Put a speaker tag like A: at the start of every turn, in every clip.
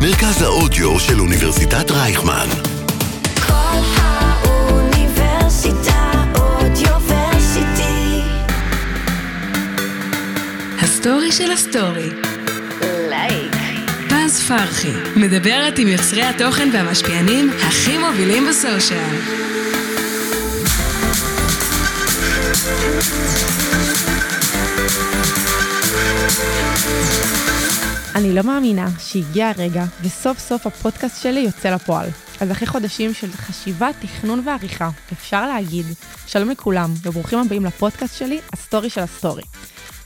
A: מרכז האודיו של אוניברסיטת רייכמן.
B: כל האוניברסיטה אודיוורסיטי.
C: הסטורי של הסטורי.
B: לייק.
C: פז פרחי מדברת עם יוצרי התוכן והמשפיענים הכי מובילים בסושיאל.
D: אני לא מאמינה שהגיע הרגע, וסוף סוף הפודקאסט שלי יוצא לפועל. אז אחרי חודשים של חשיבה, תכנון ועריכה, אפשר להגיד, שלום לכולם, וברוכים הבאים לפודקאסט שלי, הסטורי של הסטורי.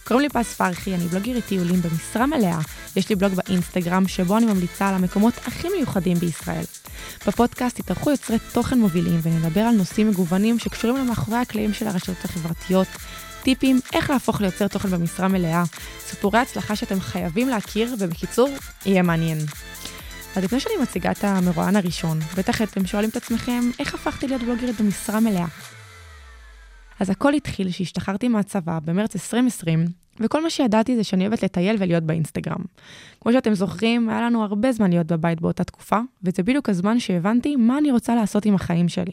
D: קוראים לי פז פרחי, אני בלוגרית טיולים במשרה מלאה, יש לי בלוג באינסטגרם, שבו אני ממליצה על המקומות הכי מיוחדים בישראל. בפודקאסט יתארחו יוצרי תוכן מובילים, ונדבר על נושאים מגוונים שקשורים למאחורי הקלעים של הרשתות החברתיות, טיפים איך להפוך ליוצר תוכן במשרה מלאה, סיפורי הצלחה שאתם חייבים להכיר, ובקיצור, יהיה מעניין. אז לפני שאני מציגה את המרואיין הראשון, בטח אתם שואלים את עצמכם, איך הפכתי להיות בלוגרית במשרה מלאה? אז הכל התחיל שהשתחררתי מהצבא במרץ 2020, וכל מה שידעתי זה שאני אוהבת לטייל ולהיות באינסטגרם. כמו שאתם זוכרים, היה לנו הרבה זמן להיות בבית באותה תקופה, וזה בדיוק הזמן שהבנתי מה אני רוצה לעשות עם החיים שלי.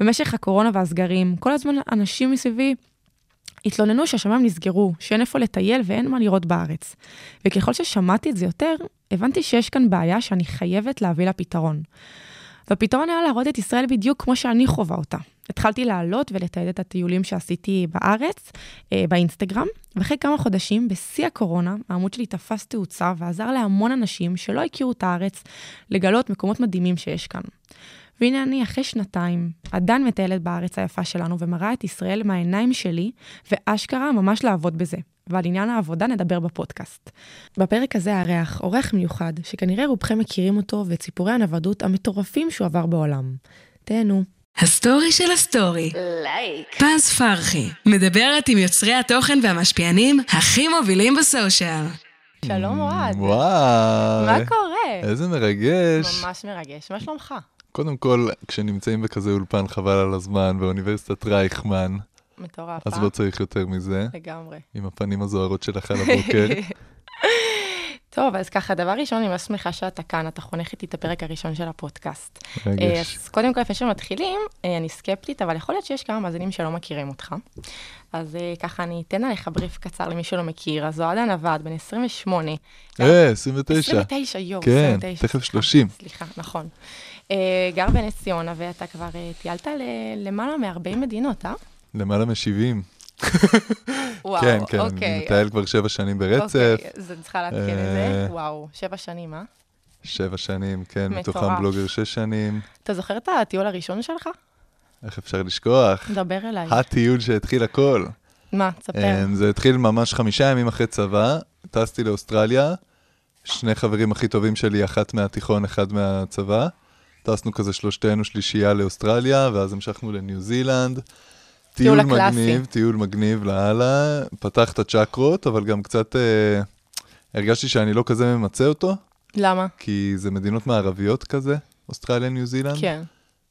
D: במשך הקורונה והסגרים, כל הזמן אנשים מסביבי התלוננו שהשמיים נסגרו, שאין איפה לטייל ואין מה לראות בארץ. וככל ששמעתי את זה יותר, הבנתי שיש כאן בעיה שאני חייבת להביא לה פתרון. והפתרון היה להראות את ישראל בדיוק כמו שאני חווה אותה. התחלתי לעלות ולתעד את הטיולים שעשיתי בארץ, אה, באינסטגרם, ואחרי כמה חודשים, בשיא הקורונה, העמוד שלי תפס תאוצה ועזר להמון אנשים שלא הכירו את הארץ לגלות מקומות מדהימים שיש כאן. והנה אני אחרי שנתיים, עדיין מטיילת בארץ היפה שלנו ומראה את ישראל מהעיניים שלי, ואשכרה ממש לעבוד בזה. ועל עניין העבודה נדבר בפודקאסט. בפרק הזה אארח עורך מיוחד, שכנראה רובכם מכירים אותו ואת סיפורי הנוודות המטורפים שהוא עבר בעולם. תהנו.
C: הסטורי של הסטורי. פז פרחי מדברת עם יוצרי התוכן והמשפיענים הכי מובילים בסושיאל.
D: שלום אוהד,
E: וואי.
D: מה קורה?
E: איזה מרגש.
D: ממש מרגש, מה שלומך?
E: קודם כל, כשנמצאים בכזה אולפן חבל על הזמן באוניברסיטת רייכמן,
D: מטורף, אה?
E: אז לא צריך יותר מזה,
D: לגמרי.
E: עם הפנים הזוהרות שלך על הבוקר.
D: טוב, אז ככה, דבר ראשון, אני ממש שמחה שאתה כאן, אתה חונך איתי את הפרק הראשון של הפודקאסט. אה,
E: מרגש.
D: אז קודם כל, לפני שמתחילים, אה, אני סקפטית, אבל יכול להיות שיש כמה מאזינים שלא מכירים אותך. אז אה, ככה, אני אתן עליך בריף קצר למי שלא מכיר. אז אוהד הנווד, בן 28.
E: אה, 29.
D: 29, יואו,
E: כן,
D: 29.
E: תכף
D: סליחה,
E: 30.
D: סליחה, נכון. אה, גר בנס ציונה, ואתה כבר אה, טיילת ל- למעלה מ-40 מדינות, אה?
E: למעלה מ-70.
D: וואו,
E: כן, כן,
D: אוקיי.
E: אני מטייל כבר שבע שנים ברצף.
D: אוקיי, אז אני צריכה לעדכן את זה.
E: אה,
D: וואו, שבע שנים, אה?
E: שבע שנים, כן,
D: מטורף.
E: מתוכם בלוגר שש שנים.
D: אתה זוכר את הטיול הראשון שלך?
E: איך אפשר לשכוח?
D: דבר אליי.
E: הטיול שהתחיל הכל.
D: מה, תספר.
E: אמ, זה התחיל ממש חמישה ימים אחרי צבא, טסתי לאוסטרליה, שני חברים הכי טובים שלי, אחת מהתיכון, אחד מהצבא. טסנו כזה שלושתנו שלישייה לאוסטרליה, ואז המשכנו לניו זילנד.
D: טיול
E: טיול
D: הקלאסי.
E: מגניב, טיול מגניב לאללה, פתח את הצ'קרות, אבל גם קצת אה, הרגשתי שאני לא כזה ממצה אותו,
D: למה?
E: כי זה מדינות מערביות כזה, אוסטרליה, ניו זילנד.
D: כן.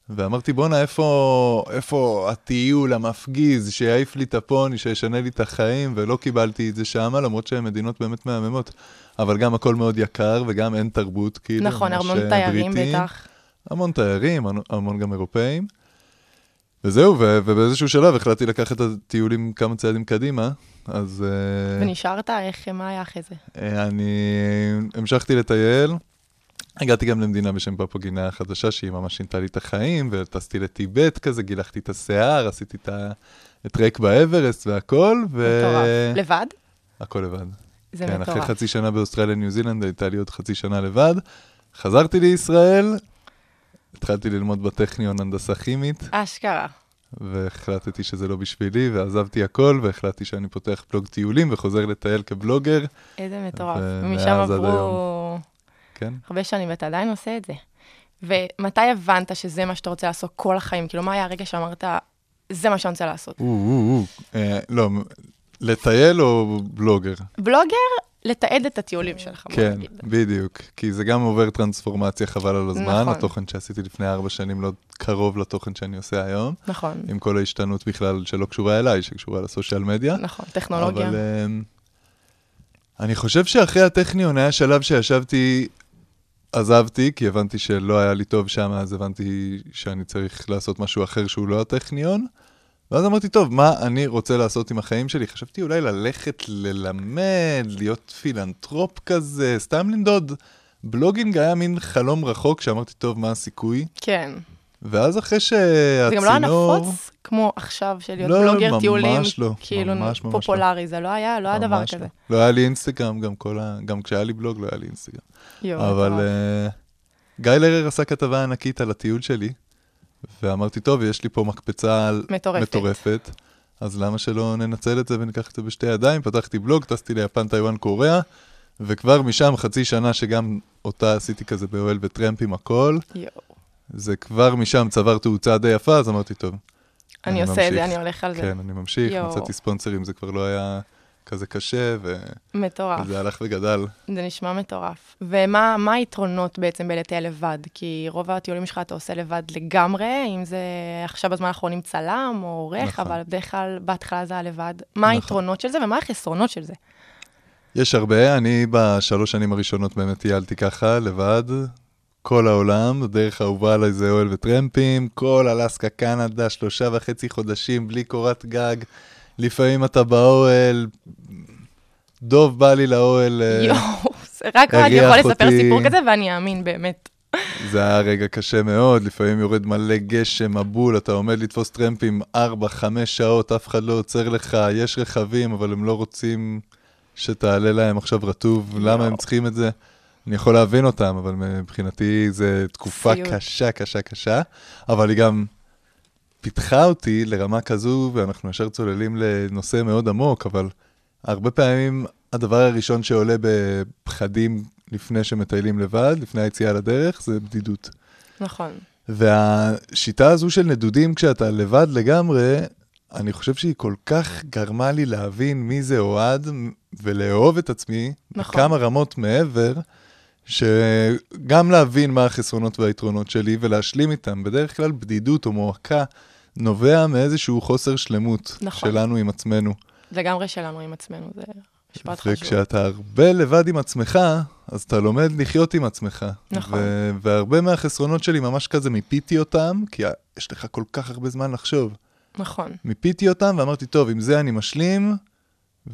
E: ואמרתי, בואנה, איפה, איפה הטיול המפגיז שיעיף לי את הפוני, שישנה לי את החיים, ולא קיבלתי את זה שמה, למרות שהן מדינות באמת מהממות. אבל גם הכל מאוד יקר, וגם אין תרבות, כאילו.
D: נכון,
E: ממש,
D: המון
E: אה,
D: תיירים
E: בריטי.
D: בטח.
E: המון תיירים, המון- המון גם אירופאים. וזהו, ו- ובאיזשהו שלב החלטתי לקחת את הטיולים כמה צעדים קדימה, אז... אה,
D: ונשארת, איך, מה היה אחרי זה?
E: אה, אני המשכתי לטייל. הגעתי גם למדינה בשם פפוגינה החדשה, שהיא ממש שינתה לי את החיים, וטסתי לטיבט כזה, גילחתי את השיער, עשיתי את ה... את ריק באברסט והכל, ו...
D: מטורף. לבד?
E: הכל לבד.
D: זה
E: כן, אחרי
D: מטורף.
E: חצי שנה באוסטרליה, ניו זילנד, הייתה לי עוד חצי שנה לבד. חזרתי לישראל, התחלתי ללמוד בטכניון הנדסה כימית,
D: אשכרה.
E: והחלטתי שזה לא בשבילי, ועזבתי הכל, והחלטתי שאני פותח בלוג טיולים וחוזר לטייל כבלוגר,
D: איזה מטורף.
E: ומאז
D: ומשם
E: עד
D: עברו
E: כן?
D: הרבה שנים, ואתה עדיין עושה את זה. ומתי הבנת שזה מה שאתה רוצה לעשות כל החיים? כאילו, מה היה הרגע שאמרת, זה מה שאני רוצה לעשות?
E: או, או, או. אה, לא, מ- לטייל או בלוגר?
D: בלוגר, לתעד את הטיולים שלך, בוא
E: כן,
D: נגיד.
E: בדיוק. כי זה גם עובר טרנספורמציה חבל על הזמן.
D: נכון.
E: התוכן שעשיתי לפני ארבע שנים לא קרוב לתוכן שאני עושה היום,
D: נכון,
E: עם כל ההשתנות בכלל שלא קשורה אליי, שקשורה לסושיאל מדיה.
D: נכון, טכנולוגיה.
E: אבל אמ, אני חושב שאחרי הטכניון היה שלב שישבתי עזבתי, כי הבנתי שלא היה לי טוב שם, אז הבנתי שאני צריך לעשות משהו אחר שהוא לא הטכניון. ואז אמרתי, טוב, מה אני רוצה לעשות עם החיים שלי? חשבתי אולי ללכת ללמד, להיות פילנטרופ כזה, סתם לנדוד. בלוגינג היה מין חלום רחוק, שאמרתי, טוב, מה הסיכוי?
D: כן.
E: ואז אחרי שהצינור...
D: זה גם לא היה נפוץ כמו עכשיו של להיות
E: לא,
D: בלוגר
E: ממש
D: טיולים,
E: לא,
D: כאילו
E: ממש ממש לא.
D: פופולרי, זה לא היה, לא היה דבר
E: ממש
D: כזה.
E: לא. לא היה לי אינסטגרם, גם כל ה... גם כשהיה לי בלוג לא היה לי אינסטגרם.
D: יואו, לא-
E: אבל
D: מטורף.
E: אה, גיא לרר עשה כתבה ענקית על הטיול שלי, ואמרתי, טוב, יש לי פה מקפצה על...
D: מטורפת.
E: מטורפת. אז למה שלא ננצל את זה וניקח את זה בשתי ידיים? פתחתי בלוג, טסתי ליפן, טיוואן, קוריאה, וכבר משם חצי שנה שגם אותה עשיתי כזה באוהל וטרמפ עם הכל,
D: יואו.
E: זה כבר משם צבר תאוצה די יפה, אז אמרתי, טוב, אני
D: אני עושה את
E: ממשיך.
D: זה, אני הולך על זה.
E: כן, אני ממשיך,
D: יואו.
E: מצאתי ספונסרים, זה כבר לא היה כזה קשה, ו...
D: מטורף.
E: וזה הלך וגדל.
D: זה נשמע מטורף. ומה מה היתרונות בעצם בלטייל לבד? כי רוב הטיולים שלך אתה עושה לבד לגמרי, אם זה עכשיו בזמן האחרון עם צלם או עורך,
E: נכון.
D: אבל בדרך כלל בהתחלה זה היה לבד. מה היתרונות של זה ומה החסרונות של זה?
E: יש הרבה, אני בשלוש שנים הראשונות באמת טיילתי ככה, לבד, כל העולם, דרך האהובה עליי זה אוהל וטרמפים, כל אלסקה, קנדה, שלושה וחצי חודשים, בלי קורת גג, לפעמים אתה באוהל, דוב בא לי לאוהל, אה,
D: יואו, זה רק רק יכול
E: הריח
D: לספר
E: אותי.
D: סיפור כזה ואני אאמין באמת.
E: זה היה רגע קשה מאוד, לפעמים יורד מלא גשם, מבול, אתה עומד לתפוס טרמפים 4-5 שעות, אף אחד לא עוצר לך, יש רכבים, אבל הם לא רוצים שתעלה להם עכשיו רטוב, למה הם צריכים את זה? אני יכול להבין אותם, אבל מבחינתי זו תקופה
D: סיוט.
E: קשה, קשה, קשה, אבל היא גם פיתחה אותי לרמה כזו, ואנחנו ישר צוללים לנושא מאוד עמוק, אבל הרבה פעמים הדבר הראשון שעולה בפחדים לפני שמטיילים לבד, לפני היציאה לדרך, זה בדידות.
D: נכון.
E: והשיטה הזו של נדודים כשאתה לבד לגמרי, אני חושב שהיא כל כך גרמה לי להבין מי זה אוהד ולאהוב את עצמי,
D: נכון.
E: בכמה רמות מעבר, שגם להבין מה החסרונות והיתרונות שלי ולהשלים איתם. בדרך כלל בדידות או מועקה נובע מאיזשהו חוסר שלמות
D: נכון.
E: שלנו עם עצמנו.
D: לגמרי שלנו עם עצמנו, זה משפט חשוב.
E: וכשאתה הרבה לבד עם עצמך, אז אתה לומד לחיות עם עצמך.
D: נכון.
E: ו- והרבה מהחסרונות שלי ממש כזה מיפיתי אותם, כי ה- יש לך כל כך הרבה זמן לחשוב.
D: נכון,
E: מיפיתי אותם ואמרתי, טוב, עם זה אני משלים,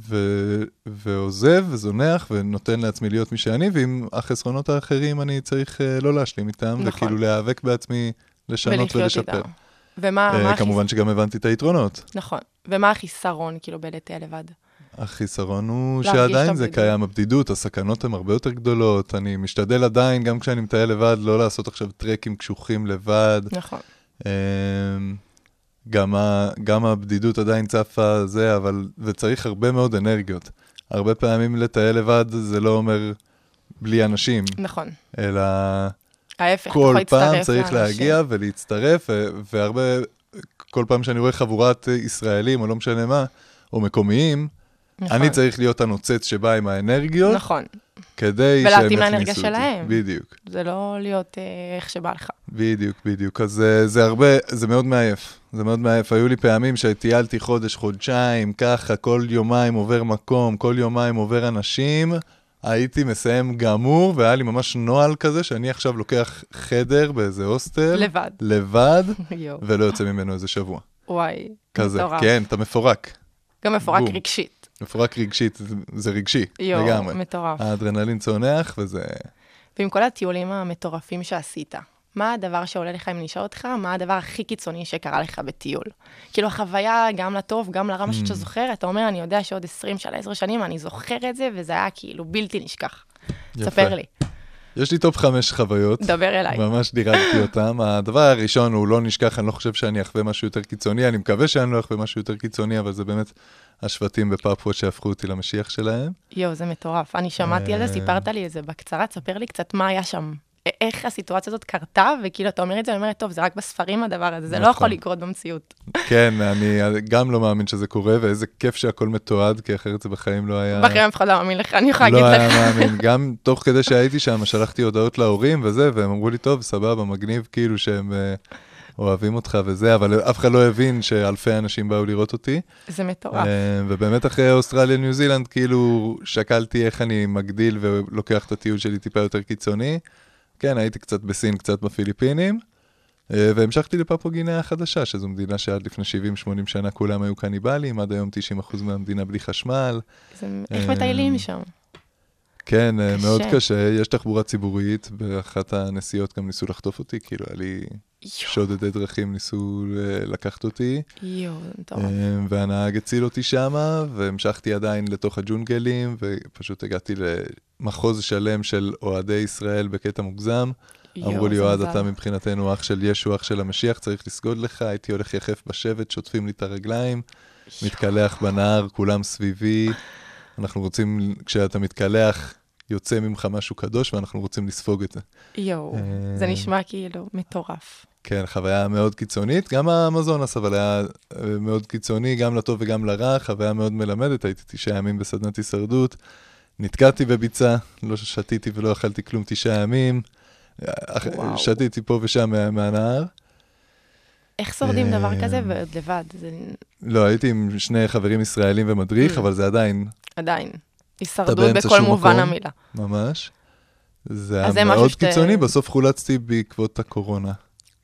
E: ו- ועוזב וזונח ונותן לעצמי להיות מי שאני, ועם החסרונות האחרים אני צריך uh, לא להשלים איתם,
D: נכון.
E: וכאילו להיאבק בעצמי, לשנות
D: ולחיות
E: ולשפר.
D: איתם. ומה
E: אה,
D: מה החיס-
E: כמובן שגם הבנתי את היתרונות.
D: נכון. ומה החיסרון, כאילו, בלטייל לבד?
E: החיסרון הוא
D: להרגיש את
E: שעדיין זה
D: הבדידות.
E: קיים, הבדידות, הסכנות הן הרבה יותר גדולות. אני משתדל עדיין, גם כשאני מטייל לבד, לא לעשות עכשיו טרקים קשוחים לבד.
D: נכון.
E: אמ, גם, ה, גם הבדידות עדיין צפה זה, אבל... וצריך הרבה מאוד אנרגיות. הרבה פעמים לטייל לבד זה לא אומר בלי אנשים,
D: נכון.
E: אלא
D: ההפך, כן, אתה
E: כל
D: יכול
E: פעם
D: להצטרף
E: צריך
D: לאנשים.
E: להגיע ולהצטרף, ו- והרבה, כל פעם שאני רואה חבורת ישראלים, או לא משנה מה, או מקומיים,
D: נכון.
E: אני צריך להיות הנוצץ שבא עם האנרגיות,
D: נכון,
E: כדי שהם
D: ולהתאים
E: יכניסו אותי.
D: לאנרגיה שלהם.
E: בדיוק,
D: זה לא להיות אה, איך שבא לך.
E: בדיוק, בדיוק. אז אה, זה הרבה, זה מאוד מעייף. זה מאוד מעייף. היו לי פעמים שטיילתי חודש, חודשיים, ככה, כל יומיים עובר מקום, כל יומיים עובר אנשים. הייתי מסיים גמור, והיה לי ממש נוהל כזה, שאני עכשיו לוקח חדר באיזה הוסטל.
D: לבד.
E: לבד,
D: יואו,
E: ולא יוצא ממנו איזה שבוע.
D: וואי,
E: כזה,
D: מטורף.
E: כן, אתה מפורק.
D: גם מפורק
E: בום.
D: רגשית.
E: מפורק רגשית, זה- זה רגשי,
D: יואו,
E: לגמרי. אה.
D: מטורף.
E: האדרנלין צונח, וזה...
D: ועם כל הטיולים המטורפים שעשית, מה הדבר שעולה לך אם נשאל אותך, מה הדבר הכי קיצוני שקרה לך בטיול? כאילו החוויה, גם לטוב, גם לרע, מה שאתה
E: Mm.
D: זוכר, אתה אומר, אני יודע שעוד 20 שנה, 10 שנים, אני זוכר את זה, וזה היה כאילו בלתי נשכח.
E: יפה.
D: ספר לי,
E: יש לי טופ חמש חוויות.
D: דבר אליי.
E: ממש דירגתי אותם. הדבר הראשון הוא לא נשכח, אני לא חושב שאני אחווה משהו יותר קיצוני, אני מקווה שאני לא אחווה משהו יותר קיצוני, אבל זה באמת השבטים בפפוות שהפכו אותי למשיח שלהם.
D: יואו, זה מטורף. אני שמעתי
E: אה.
D: על זה, סיפרת לי את זה בקצרה, תספר לי קצת מה היה שם. א- איך הסיטואציה הזאת קרתה, וכאילו, אתה אומר את זה, אני אומרת, טוב, זה רק בספרים הדבר הזה, זה לא
E: נכון.
D: יכול לקרות במציאות.
E: כן, אני גם לא מאמין שזה קורה, ואיזה כיף שהכל מתועד, כי אחרת זה בחיים לא היה...
D: בחיים אף אחד לא מאמין לך, אני יכולה להגיד
E: לא היה
D: לך.
E: מאמין, גם תוך כדי שהייתי שם, שלחתי הודעות להורים וזה, והם אמרו לי, טוב, סבבה, מגניב, כאילו שהם אה, אוהבים אותך וזה, אבל אף אחד לא הבין שאלפי אנשים באו לראות אותי.
D: זה מטורף.
E: אה, ובאמת אחרי אוסטרליה, ניו זילנד, כאילו שקלתי איך אני מגדיל ולוקח את הטיול שלי טיפה יותר קיצוני, כן, הייתי קצת בסין, קצת בפיליפינים, אה, והמשכתי לפפוגיניה החדשה, שזו מדינה שעד לפני 70-80 שנה כולם היו קניבלים, עד היום 90% מהמדינה בלי חשמל.
D: זה- איך מטיילים שם?
E: כן, אה,
D: קשה.
E: מאוד קשה, יש תחבורה ציבורית, באחת הנסיעות גם ניסו לחטוף אותי, כאילו, היה לי שודדי דרכים ניסו אה, לקחת אותי.
D: יואו, זה מטורף.
E: אמ, והנהג הציל אותי שמה, והמשכתי עדיין לתוך הג'ונגלים, ופשוט הגעתי למחוז שלם של אוהדי ישראל בקטע מוגזם. אה, אמרו
D: יואו,
E: לי,
D: זה
E: אוהד,
D: מזל.
E: אתה מבחינתנו אח של ישו, אח של המשיח, צריך לסגוד לך, הייתי הולך יחף בשבט, שוטפים לי את הרגליים, מתקלח בנהר, כולם סביבי. אנחנו רוצים, כשאתה מתקלח, יוצא ממך משהו קדוש, ואנחנו רוצים לספוג את זה.
D: יואו,
E: אה.
D: זה נשמע כאילו מטורף.
E: כן, חוויה מאוד קיצונית. גם המזונס, אבל היה אה, מאוד קיצוני, גם לטוב וגם לרע, חוויה מאוד מלמדת. הייתי תשעה ימים בסדנת הישרדות, נתקעתי בביצה, לא שתיתי ולא אכלתי כלום תשעה ימים. אך-
D: וואו.
E: שתיתי פה ושם מה- מהנהר.
D: איך שורדים דבר
E: אה,
D: כזה ועוד לבד? זה
E: לא, הייתי עם שני חברים ישראלים
D: Mm.
E: ומדריך, אבל זה עדיין
D: עדיין הישרדות
E: באמצע
D: בכל
E: שום
D: מובן
E: מקום?
D: המילה.
E: ממש. זה היה
D: אז זה משהו
E: מאוד
D: שת-
E: קיצוני, בסוף חולצתי בעקבות הקורונה.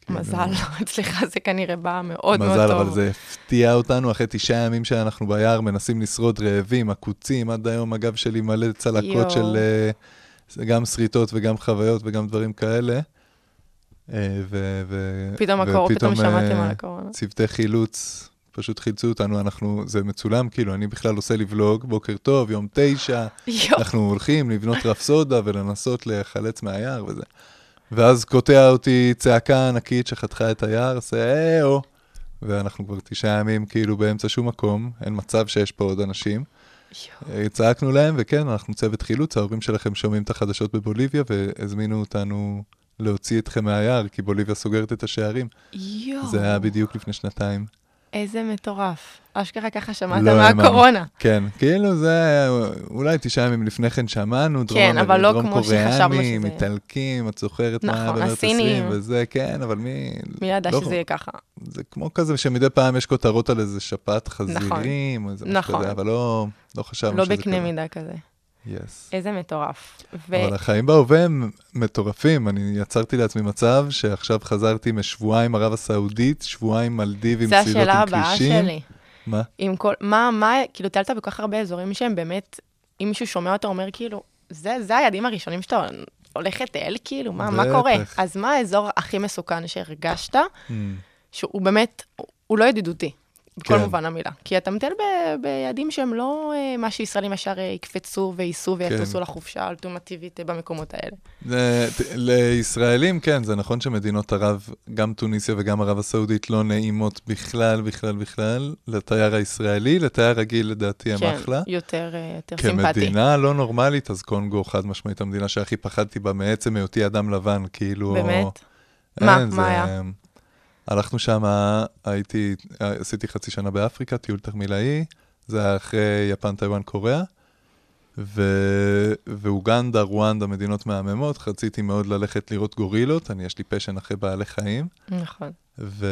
D: מזל, אצלך זה כנראה בא מאוד מאוד
E: כן. מזל,
D: טוב.
E: אבל זה הפתיע אותנו אחרי תשעה ימים שאנחנו ביער מנסים לשרוד רעבים, עקוצים, עד היום הגב שלי מלא
D: יואו.
E: צלקות של אה, זה גם שריטות וגם חוויות וגם דברים כאלה. אה, ו- ו-
D: פתאום הקור, פתאום
E: ופתאום,
D: שמעתם
E: אה,
D: על הקורונה.
E: צוותי חילוץ פשוט חילצו אותנו, אנחנו, זה מצולם, כאילו, אני בכלל עושה לי ולוג, בוקר טוב, יום תשע,
D: יואו,
E: אנחנו הולכים לבנות רפסודה ולנסות להיחלץ מהיער וזה. ואז קוטע אותי צעקה ענקית שחתכה את היער, עושה אה-או. ואנחנו כבר תשעה ימים כאילו באמצע שום מקום, אין מצב שיש פה עוד אנשים. אה, צעקנו להם, וכן, אנחנו צוות חילוץ, ההורים שלכם שומעים את החדשות בבוליביה, והזמינו אותנו להוציא אתכם מהיער, כי בוליביה סוגרת את השערים. זה היה
D: יואו,
E: בדיוק לפני שנתיים.
D: איזה מטורף. אשכרה ככה שמעת
E: לא האמנתי.
D: מהקורונה.
E: כן, כאילו זה היה, אולי תשעה ימים לפני כן שמענו, דרום,
D: כן, אבל לא
E: דרום
D: כמו שחשבנו
E: קוריאנים,
D: שזה-
E: איטלקים, את זוכרת מה היה
D: נכון,
E: במרץ
D: הסינים.
E: 20 וזה, כן, אבל מי...
D: מי ידע
E: לא,
D: שזה יהיה ככה?
E: זה כמו כזה שמדי פעם יש כותרות על איזה שפעת חזירים, או איזה משהו
D: נכון.
E: כזה, אבל לא, לא חשבנו
D: לא
E: שזה
D: בקנה מידה כזה.
E: Yes.
D: איזה מטורף. ו-
E: אבל החיים בהווה הם מטורפים, אני יצרתי לעצמי מצב שעכשיו חזרתי משבועיים ערב הסעודית, שבועיים מלדיבים,
D: זו
E: סילות עם
D: השאלה
E: כבישים.
D: הבאה שלי.
E: מה?
D: עם כל, מה, מה, כאילו, טיילת בכל כך הרבה אזורים שהם באמת, אם מישהו שומע אותו אומר, כאילו, זה, זה היעדים הראשונים שאתה הולך לטייל, כאילו, מה, מה קורה?
E: בטח.
D: אז מה האזור הכי מסוכן שהרגשת,
E: Mm.
D: שהוא באמת, הוא לא ידידותי, בכל
E: כן.
D: מובן המילה. כי אתה מטייל ב- ביעדים שהם לא אה, מה שישראלים ישר אה, יקפצו וייסעו ויטוסו
E: כן.
D: לחופשה האולטימטיבית אה, במקומות האלה.
E: זה- ת- לישראלים, כן, זה נכון שמדינות ערב, גם טוניסיה וגם ערב הסעודית, לא נעימות בכלל, בכלל, בכלל, לתייר הישראלי, לתייר רגיל לדעתי הם
D: כן,
E: אחלה.
D: יותר, אה, יותר סימפטי.
E: כמדינה לא נורמלית, אז קונגו חד משמעית המדינה שהכי פחדתי בה מעצם היותי אדם לבן, כאילו...
D: באמת?
E: אין,
D: מה?
E: זה-
D: מה היה?
E: הלכנו שם, הייתי, עשיתי חצי שנה באפריקה, טיול תחמילאי, זה היה אחרי יפן, טיוואן, קוריאה, ו... ואוגנדה, רואנדה, מדינות מהממות, רציתי מאוד ללכת לראות גורילות, אני, יש לי פשן אחרי בעלי חיים,
D: נכון.
E: ו...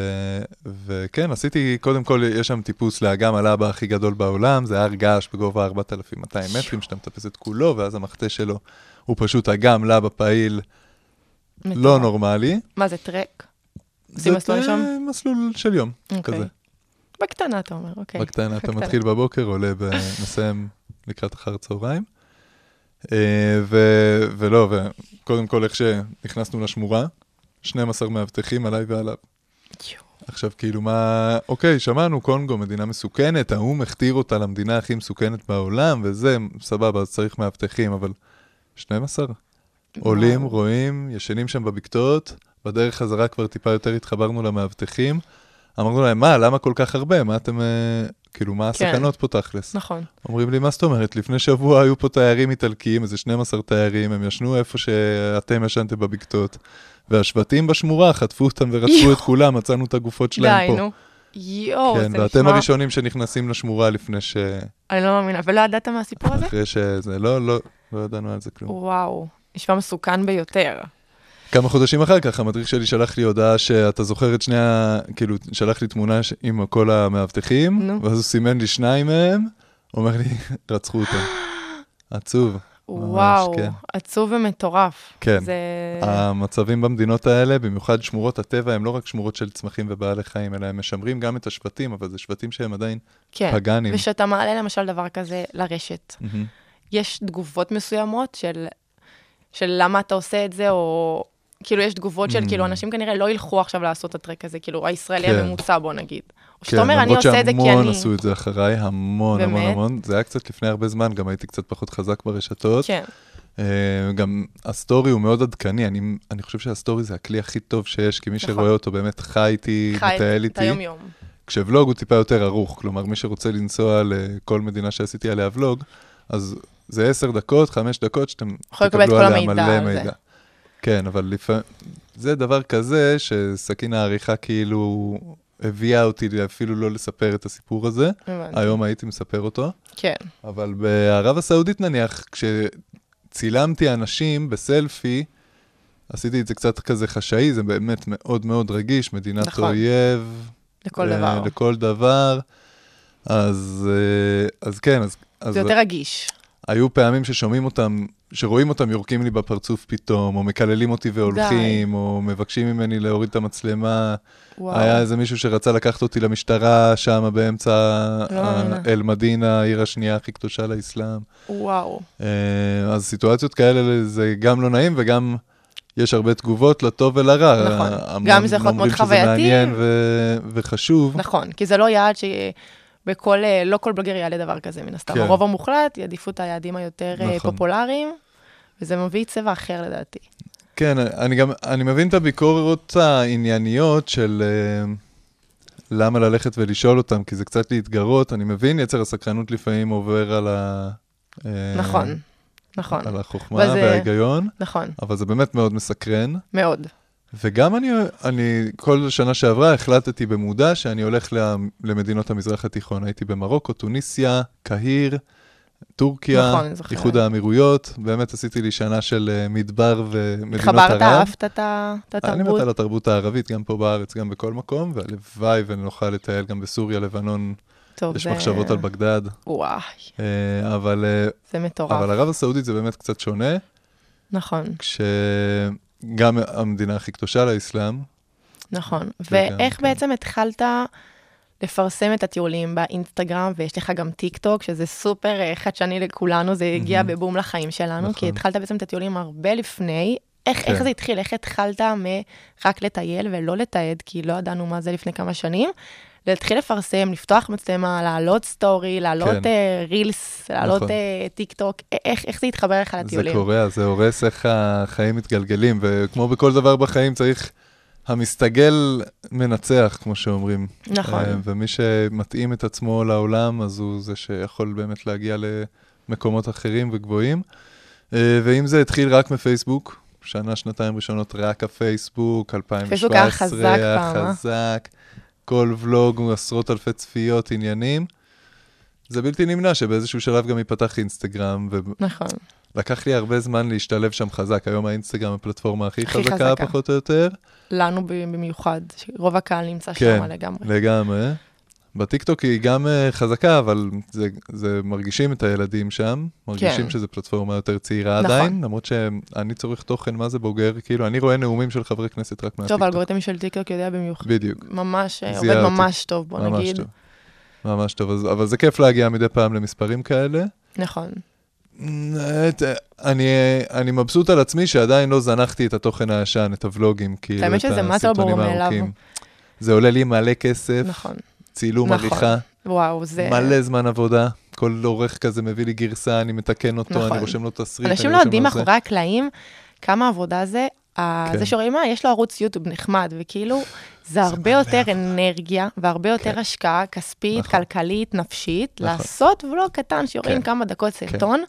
E: וכן, עשיתי, קודם כל, יש שם טיפוס לאגם הלבה הכי גדול בעולם, זה הר געש בגובה 4,200 מטרים, שאתה מטפס את כולו, ואז המחטה שלו הוא פשוט אגם לבה פעיל, לא
D: מטורף.
E: נורמלי.
D: מה זה טרק? עושים
E: זה,
D: מסלול
E: אה,
D: שם?
E: מסלול של יום,
D: אוקיי.
E: כזה.
D: בקטנה, אתה אומר, אוקיי.
E: בקטנה, אתה
D: בקטנה.
E: מתחיל בבוקר, עולה ומסיים לקראת אחר הצהריים. אה, ו- ולא, וקודם כל, איך שנכנסנו לשמורה, 12 מאבטחים עליי ועליו.
D: יואו.
E: עכשיו, כאילו, מה... אוקיי, שמענו, קונגו, מדינה מסוכנת, האו"ם הכתיר אותה למדינה הכי מסוכנת בעולם, וזה, סבבה, אז צריך מאבטחים, אבל 12? עולים, רואים, ישנים שם בבקתות, בדרך חזרה כבר טיפה יותר התחברנו למאבטחים. אמרנו להם, מה, למה כל כך הרבה? מה אתם, אה, כאילו, מה
D: כן.
E: הסכנות פה תכלס?
D: נכון.
E: אומרים לי, מה זאת אומרת? לפני שבוע היו פה תיירים איטלקיים, איזה 12 תיירים, הם ישנו איפה שאתם ישנתם בבקתות. והשבטים בשמורה חטפו אותם ורצחו
D: יואו.
E: את כולם, מצאנו את הגופות
D: די,
E: שלהם פה.
D: נו. יואו, זה
E: כן,
D: נשמע...
E: ואתם הראשונים שנכנסים לשמורה לפני ש...
D: אני לא מאמינה. ולא ידעת מהסיפור הזה?
E: אחרי שזה, לא, לא, לא ידענו על זה כלום.
D: וואו, נשמע מסוכן ביותר.
E: כמה חודשים אחר כך, המדריך שלי שלח לי הודעה שאתה זוכר את שני ה... כאילו, שלח לי תמונה ש... עם כל המאבטחים,
D: נו.
E: ואז הוא סימן לי שניים מהם, אומר לי, רצחו אותם. עצוב.
D: וואו,
E: כן.
D: עצוב ומטורף.
E: כן.
D: זה...
E: המצבים במדינות האלה, במיוחד שמורות הטבע, הם לא רק שמורות של צמחים ובעלי חיים, אלא הם משמרים גם את השבטים, אבל זה שבטים שהם עדיין
D: כן.
E: פגאנים.
D: וכשאתה מעלה למשל דבר כזה לרשת,
E: מהמם.
D: יש תגובות מסוימות של, של למה אתה עושה את זה, או כאילו יש תגובות של כאילו אנשים כנראה לא ילכו עכשיו לעשות את הטרק הזה, כאילו הישראלי
E: כן.
D: הממוצע בוא נגיד. או שאתה
E: כן,
D: אומר אני
E: למרות
D: עושה את זה כי
E: שהמון
D: אני...
E: עשו את זה אחריי, המון, המון,
D: באמת?
E: המון. זה היה קצת לפני הרבה זמן, גם הייתי קצת פחות חזק ברשתות.
D: כן,
E: אה, גם הסטורי הוא מאוד עדכני, אני, אני חושב שהסטורי זה הכלי הכי טוב שיש, כי מי
D: נכון.
E: שרואה אותו באמת חי איתי,
D: חי
E: מטייל
D: את
E: איתי.
D: היום-יום.
E: כשוולוג הוא טיפה יותר ארוך, כלומר, מי שרוצה לנסוע לכל מדינה שעשיתי עליה ולוג, אז זה עשר דקות, חמש דקות, שאתם
D: יכול לקבל את
E: תקבלו
D: כל
E: עליה
D: המידע
E: מלא
D: על זה.
E: מידע. כן, אבל לפעמים... זה דבר כזה שסכין העריכה כאילו הביאה אותי אפילו לא לספר את הסיפור הזה.
D: הבנתי.
E: היום הייתי מספר אותו.
D: כן,
E: אבל בערב הסעודית נניח, כשצילמתי אנשים בסלפי, עשיתי את זה קצת כזה חשאי, זה באמת מאוד מאוד רגיש, מדינת
D: נכון.
E: אויב.
D: לכל
E: אה,
D: דבר.
E: לכל דבר. אז, אה, אז כן, אז, אז
D: זה יותר רגיש.
E: היו פעמים ששומעים אותם, שרואים אותם יורקים לי בפרצוף פתאום, או מקללים אותי והולכים, או מבקשים ממני להוריד את המצלמה.
D: וואו.
E: היה איזה מישהו שרצה לקחת אותי למשטרה שם באמצע
D: לא
E: ה-
D: מאמינה.
E: אל-מדינה, העיר השנייה הכי קדושה לאסלאם.
D: וואו.
E: אה, אז סיטואציות כאלה זה גם לא נעים וגם יש הרבה תגובות לא לטוב ולרע.
D: נכון.
E: אה, המון
D: גם זה יכול להיות
E: אומרים
D: מאוד
E: שזה
D: חווייתי.
E: מעניין ו- וחשוב.
D: נכון, כי זה לא יעד שבכל, אה, לא כל בלוגר יעלה דבר כזה, מן הסתם.
E: כן.
D: הרוב המוחלט יעדיפו את היעדים היותר אה,
E: נכון.
D: פופולריים, וזה מביא צבע אחר לדעתי.
E: כן, אני גם, אני מבין את הביקורות הענייניות של אה, למה ללכת ולשאול אותם, כי זה קצת להתגרות, אני מבין, יצר הסקרנות לפעמים עובר על ה... אה,
D: נכון, נכון,
E: על החוכמה
D: וזה-
E: וההיגיון,
D: נכון,
E: אבל זה באמת מאוד מסקרן.
D: מאוד.
E: וגם אני, אני כל שנה שעברה החלטתי במודע שאני הולך ל- למדינות המזרח התיכון. הייתי במרוקו, טוניסיה, קהיר, טורקיה,
D: נכון, אני זוכרת.
E: איחוד האמירויות. באמת עשיתי לי שנה של אה, מדבר ומדינות ערב.
D: התחברת, אהבת את ה- את
E: אני מת
D: התרבות?
E: על התרבות הערבית, גם פה בארץ, גם בכל מקום, והלוואי ונוכל לטייל גם בסוריה, לבנון,
D: טוב,
E: יש
D: זה-
E: מחשבות על בגדד.
D: וואי,
E: אה, אבל אה,
D: זה
E: אבל
D: מטורף.
E: ערב הסעודית זה באמת קצת שונה,
D: נכון,
E: כשגם המדינה הכי קדושה לאסלאם,
D: נכון.
E: כן,
D: ואיך
E: כן.
D: בעצם התחלת לפרסם את הטיולים באינסטגרם, ויש לך גם טיק טוק, שזה סופר אה, חדשני לכולנו, זה הגיע
E: מהמם.
D: בבום לחיים שלנו, כי
E: נכון.
D: התחלת בעצם את הטיולים הרבה לפני. איך
E: כן.
D: איך זה התחיל? איך התחלת מרק לטייל ולא לתעד, כי לא ידענו מה זה לפני כמה שנים? להתחיל לפרסם, לפתוח מצלמה, להעלות סטורי, להעלות
E: כן.
D: אה, רילס, להעלות
E: נכון.
D: אה, טיק טוק, א- איך איך זה התחבר לך
E: זה
D: לטיולים?
E: קורע, זה הורס איך החיים מתגלגלים, וכמו בכל דבר בחיים צריך, המסתגל מנצח, כמו שאומרים.
D: נכון.
E: אה, ומי שמתאים את עצמו לעולם, אז הוא זה שיכול באמת להגיע למקומות אחרים וגבוהים. אה, ואם זה התחיל רק מפייסבוק, שנה, שנתיים ראשונות רק הפייסבוק, 2017
D: פייסבוק היה חזק
E: היה
D: פעם, אה?
E: חזק, כל ולוג, עשרות אלפי צפיות, עניינים. זה בלתי נמנע שבאיזשהו שלב גם ייפתח אינסטגרם, ו-
D: נכון,
E: לקח לי הרבה זמן להשתלב שם חזק, היום האינסטגרם הפלטפורמה הכי
D: הכי
E: חזקה,
D: חזקה.
E: פחות או יותר.
D: לנו ב- במיוחד, שרוב הקהל נמצא
E: כן,
D: שם לגמרי.
E: לגמרי. בטיקטוק היא גם אה, חזקה, אבל זה, זה מרגישים את הילדים שם, מרגישים
D: כן.
E: שזו פלטפורמה יותר צעירה
D: נכון.
E: עדיין, למרות שאני צורך תוכן, מה זה בוגר, כאילו, אני רואה נאומים של חברי כנסת רק
D: טוב,
E: מהטיקטוק.
D: האלגוריתם של טיקטוק יודע במיוחד.
E: בדיוק,
D: ממש, אה,
E: זיהה
D: עובד
E: אותי.
D: ממש טוב, בוא
E: ממש
D: נגיד.
E: טוב. ממש טוב, אז, אבל זה כיף להגיע מדי פעם למספרים כאלה.
D: נכון,
E: את- אני, אני מבסוט על עצמי שעדיין לא זנחתי את התוכן הישן, את הוולוגים, כאילו, את
D: האמת שזה מה זה לא ברור
E: הסרטונים
D: מאליו.
E: הארוכים. זה עולה לי מלא כסף,
D: נכון.
E: צילום
D: נכון.
E: עריכה,
D: וואו, זה...
E: מלא זמן עבודה. כל עורך כזה מביא לי גרסה, אני מתקן אותו,
D: נכון.
E: אני רושם לו תסריט, אני
D: אנשים
E: רושם
D: לא
E: לו
D: יודעים
E: זה.
D: מאחורי הקלעים כמה עבודה זה. אה,
E: כן.
D: זה שרואים, אה, יש לו ערוץ יוטיוב נחמד, וכאילו, זה הרבה
E: מלא
D: יותר
E: עבודה.
D: אנרגיה והרבה יותר השקעה כספית,
E: כן. נכון.
D: כלכלית, נפשית,
E: נכון.
D: לעשות ולוג קטן שרואים
E: כן.
D: כמה דקות סרטון,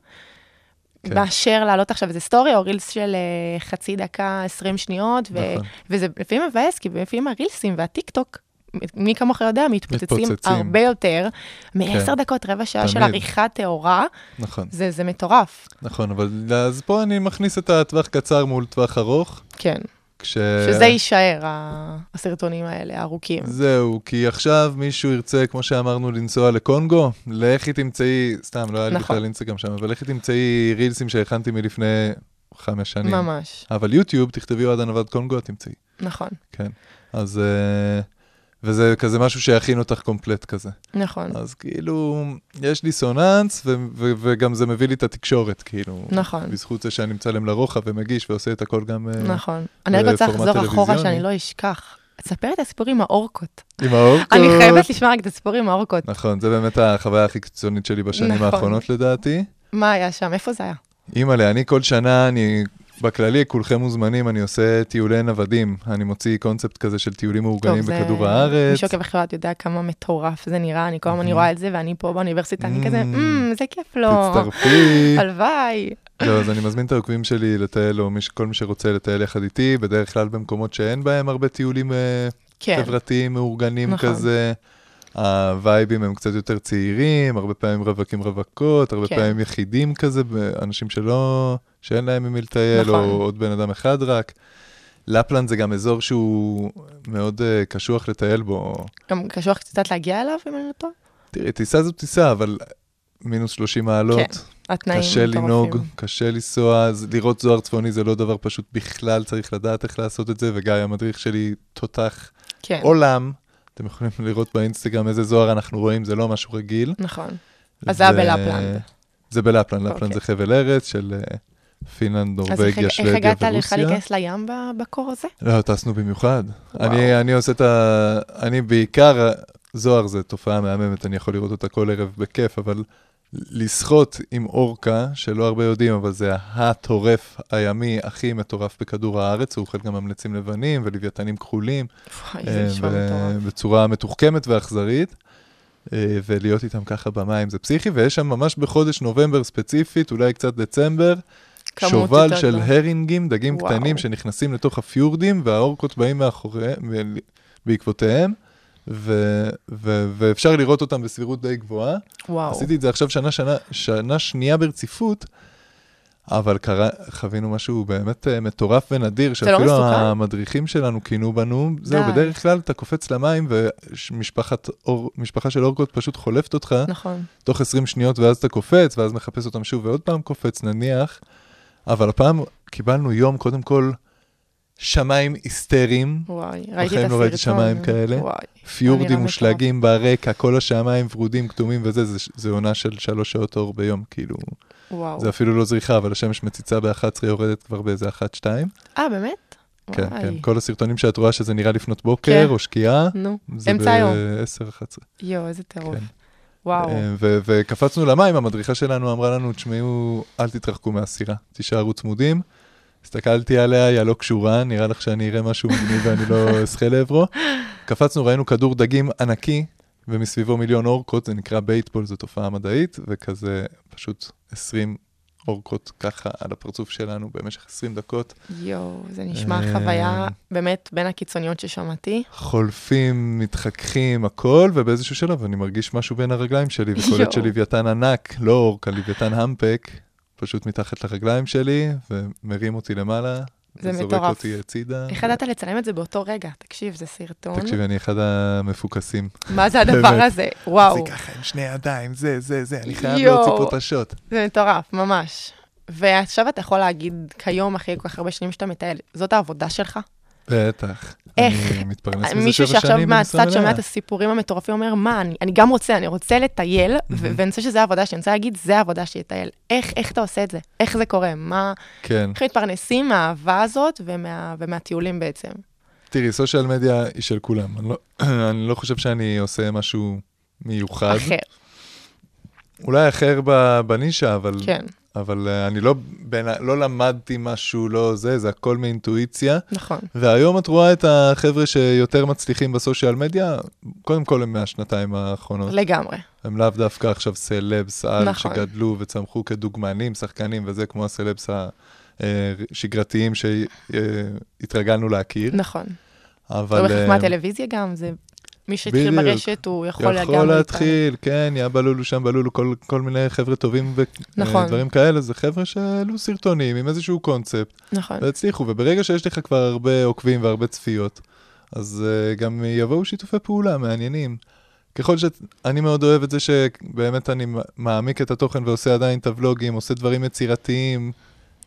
E: כן.
D: מאשר להעלות עכשיו איזה סטורי או רילס של אה, חצי דקה, 20 שניות, ו-
E: נכון.
D: וזה לפעמים מבאס, כי לפעמים הרילסים והטיק טוק, מי כמוך יודע, מתפוצצים
E: מתפוצצים. כן.
D: הרבה יותר מעשר דקות, רבע שעה של
E: תמיד.
D: עריכה טהורה,
E: נכון,
D: זה זה מטורף.
E: נכון, אבל אז פה אני מכניס את הטווח קצר מול טווח ארוך,
D: כן,
E: כש...
D: שזה יישאר, ה- הסרטונים האלה, הארוכים.
E: כן. זהו, כי עכשיו מישהו ירצה, כמו שאמרנו, לנסוע לקונגו, לכי תמצאי, סתם, לא היה לי
D: נכון.
E: בכלל אינסטגרם שם, אבל לכי תמצאי רילסים שהכנתי מלפני חמש שנים.
D: ממש,
E: אבל יוטיוב, תכתבי אוהד הנווד קונגו, את תמצאי,
D: נכון,
E: כן. אז... אה, וזה כזה משהו שיכין אותך קומפלט כזה.
D: נכון,
E: אז כאילו, יש דיסוננס, ו- ו- וגם זה מביא לי את התקשורת, כאילו.
D: נכון.
E: בזכות זה שאני מצלם לרוחב ומגיש ועושה את הכל גם אה,
D: נכון. אני רק רוצה
E: בפורמט
D: לחזור אחורה
E: טלוויזיוני.
D: שאני לא אשכח. תספר את הסיפור עם האורקות.
E: עם האורקות.
D: אני חייבת לשמוע רק את הסיפור עם האורקות.
E: נכון, זה באמת החוויה הכי קיצונית שלי בשנים
D: נכון.
E: האחרונות לדעתי.
D: מה היה שם? איפה זה היה?
E: אימא'לה, אני כל שנה, אני, בכללי, כולכם מוזמנים, אני עושה טיולי נוודים. אני מוציא קונספט כזה של טיולים מאורגנים
D: זה-
E: בכדור הארץ.
D: מי שעוקב אחרי את יודע כמה מטורף זה נראה, אני כל הזמן אני רואה את זה, ואני פה באוניברסיטה, אני כזה,
E: Mm.
D: "מ, זה כיף לו.
E: תצטרפי.
D: הלוואי.
E: לא, אז אני מזמין את העוקבים שלי לטייל, או מי ש- כל מי שרוצה לטייל יחד איתי, בדרך כלל במקומות שאין בהם הרבה טיולים אה,
D: כן,
E: חברתיים מאורגנים
D: נכון.
E: כזה. הווייבים הם קצת יותר צעירים, הרבה פעמים רווקים רווקות, הרבה
D: כן.
E: פעמים יחידים כזה, אנשים שלא, שאין להם ממי לטייל,
D: נכון.
E: או עוד בן אדם אחד רק. לפלנד זה גם אזור שהוא מאוד אה, קשוח לטייל בו.
D: גם קשוח קצת להגיע אליו, אם אני לא טועה.
E: תראי, טיסה זו טיסה, אבל מינוס 30 מעלות.
D: כן. התנאים
E: קשה לנהוג,
D: מטורפים.
E: קשה לנסוע, אז לראות זוהר צפוני זה לא דבר פשוט בכלל, צריך לדעת איך לעשות את זה, וגיא המדריך שלי תותח
D: כן,
E: עולם. אתם יכולים לראות באינסטגרם איזה זוהר אנחנו רואים, זה לא משהו רגיל.
D: נכון. אז זה היה
E: ו-
D: בלפלנד.
E: זה בלפלנד, לפלנד
D: אוקיי.
E: זה חבל ארץ של אה, פינלנד,
D: אז איך-
E: נורבגיה,
D: איך
E: שוודיה
D: הגעת לך
E: ורוסיה.
D: להיכנס לים ב- בקור הזה?
E: לא, טסנו במיוחד.
D: וואו.
E: אני, אני עושה את ה... אני בעיקר, זוהר זה תופעה מהממת, אני יכול לראות אותה כל ערב בכיף, אבל לשחות עם אורקה, שלא הרבה יודעים, אבל זה הטורף הימי הכי מטורף בכדור הארץ, הוא אוכל גם ממלצים לבנים ולוויתנים כחולים,
D: וואי, זה נשמע
E: אה,
D: מטורף.
E: בצורה מתוחכמת ואכזרית. אה, ולהיות איתם ככה במים זה פסיכי, ויש שם ממש בחודש נובמבר ספציפית, אולי קצת דצמבר,
D: כמות
E: שובל
D: יותר
E: של
D: גדולה.
E: הרינגים, דגים
D: וואו.
E: קטנים שנכנסים לתוך הפיורדים, והאורקות באים מאחוריהם, בעקבותיהם, ו- ו- ואפשר לראות אותם בסבירות די גבוהה.
D: וואו.
E: עשיתי את זה עכשיו שנה, שנה, שנה שנייה ברציפות, אבל קרה, חווינו משהו באמת אה, מטורף ונדיר,
D: לא
E: שאפילו
D: מסוכן?
E: המדריכים שלנו כינו בנו, זהו,
D: די.
E: בדרך כלל אתה קופץ למים ומשפחת אור, משפחה של אורקות פשוט חולפת אותך.
D: נכון.
E: תוך 20 שניות ואז אתה קופץ, ואז מחפש אותם שוב ועוד פעם קופץ נניח, אבל הפעם קיבלנו יום קודם כל שמיים היסטריים,
D: וואי, ראיתי את הסרטון.
E: בחיים לא ראיתי שמיים כאלה.
D: וואי. אמירה
E: פיורדים
D: מטורפת.
E: מושלגים ברקע, כל השמיים ורודים, כתומים וזה, זה, זה עונה של שלוש שעות אור ביום, כאילו,
D: וואו.
E: זה אפילו לא זריחה, אבל השמש מציצה ב-11, יורדת כבר באיזה 1-2.
D: אה, באמת?
E: כן,
D: וואי.
E: כן, כל הסרטונים שאת רואה שזה נראה לפנות בוקר
D: כן.
E: או שקיעה,
D: נו,
E: זה
D: אמצע היום.
E: ב-10-11.
D: יואו, איזה טירוף.
E: כן.
D: וואו.
E: אה, ו- וקפצנו למים, המדריכה שלנו אמרה לנו, תשמעו, אל תתרחקו מהסירה, תישארו צמודים. הסתכלתי עליה, היא הלא קשורה, נראה לך שאני אראה משהו מגניב ואני לא אשחה לעברו. קפצנו, ראינו כדור דגים ענקי, ומסביבו מיליון אורקות, זה נקרא בייטבול, זו תופעה מדעית, וכזה פשוט 20 אורקות ככה על הפרצוף שלנו במשך 20 דקות.
D: יואו, זה נשמע
E: אה,
D: חוויה באמת בין הקיצוניות ששמעתי.
E: חולפים, מתחככים, הכל, ובאיזשהו שלב אני מרגיש משהו בין הרגליים שלי, וקולט
D: יואו.
E: שלוויתן ענק, לא אורקה, לוויתן המפק, פשוט מתחת לרגליים שלי, ומרים אותי למעלה,
D: זה
E: וזורק
D: מטורף.
E: אותי הצידה.
D: איך ידעת לצלם את זה באותו רגע? תקשיב, זה סרטון.
E: תקשיבי, אני אחד המפוקסים.
D: מה זה הדבר
E: באמת.
D: הזה? וואו,
E: זה ככה עם שני ידיים, זה, זה, זה, אני חייב
D: יואו.
E: להוציא פה את השוט.
D: זה מטורף, ממש. ועכשיו אתה יכול להגיד, כיום, אחרי כל כך הרבה שנים שאתה מטייל, זאת העבודה שלך?
E: בטח.
D: איך? אה,
E: אני מתפרנס מזה שבע שנים.
D: מישהו שעכשיו
E: במשרה
D: מהצד שומע
E: מלאה.
D: את הסיפורים המטורפים אומר, מה, אני, אני גם רוצה, אני רוצה לטייל, ו- ואני רוצה שזה העבודה שלי, אני רוצה להגיד, זה העבודה שלי לטייל. איך, איך אתה עושה את זה? איך זה קורה? מה,
E: כן.
D: איך מתפרנסים מהאהבה הזאת ומה, ומהטיולים בעצם?
E: תראי, סושיאל מדיה היא של כולם. אני לא- אני לא חושב שאני עושה משהו מיוחד.
D: אחר,
E: אולי אחר ב- בנישה, אבל,
D: כן,
E: אבל אה, אני לא, בין, ה- לא למדתי משהו, לא זה, זה הכל מאינטואיציה.
D: נכון.
E: והיום את רואה את החבר'ה שיותר מצליחים בסושיאל מדיה, קודם כל הם מהשנתיים האחרונות.
D: לגמרי,
E: הם לאו דווקא עכשיו סלבס על
D: נכון.
E: שגדלו וצמחו כדוגמנים, שחקנים וזה, כמו הסלבס השגרתיים שהתרגלנו להכיר.
D: נכון. לא זה
E: אבל...
D: בחכמת
E: אה,
D: טלוויזיה גם, זה מי שהתחיל
E: בדיוק.
D: ברשת, הוא יכול גם...
E: יכול
D: להתפרנס.
E: להתחיל, כן, יא בלולו, שם בלולו, כל, כל מיני חבר'ה טובים
D: נכון.
E: ודברים כאלה, זה חבר'ה שהעלו סרטונים עם איזשהו קונספט,
D: נכון.
E: והצליחו, וברגע שיש לך כבר הרבה עוקבים והרבה צפיות, אז אה, גם יבואו שיתופי פעולה מעניינים. ככל ש... אני מאוד אוהב את זה שבאמת אני מעמיק את התוכן ועושה עדיין את הוולוגים, עושה דברים יצירתיים.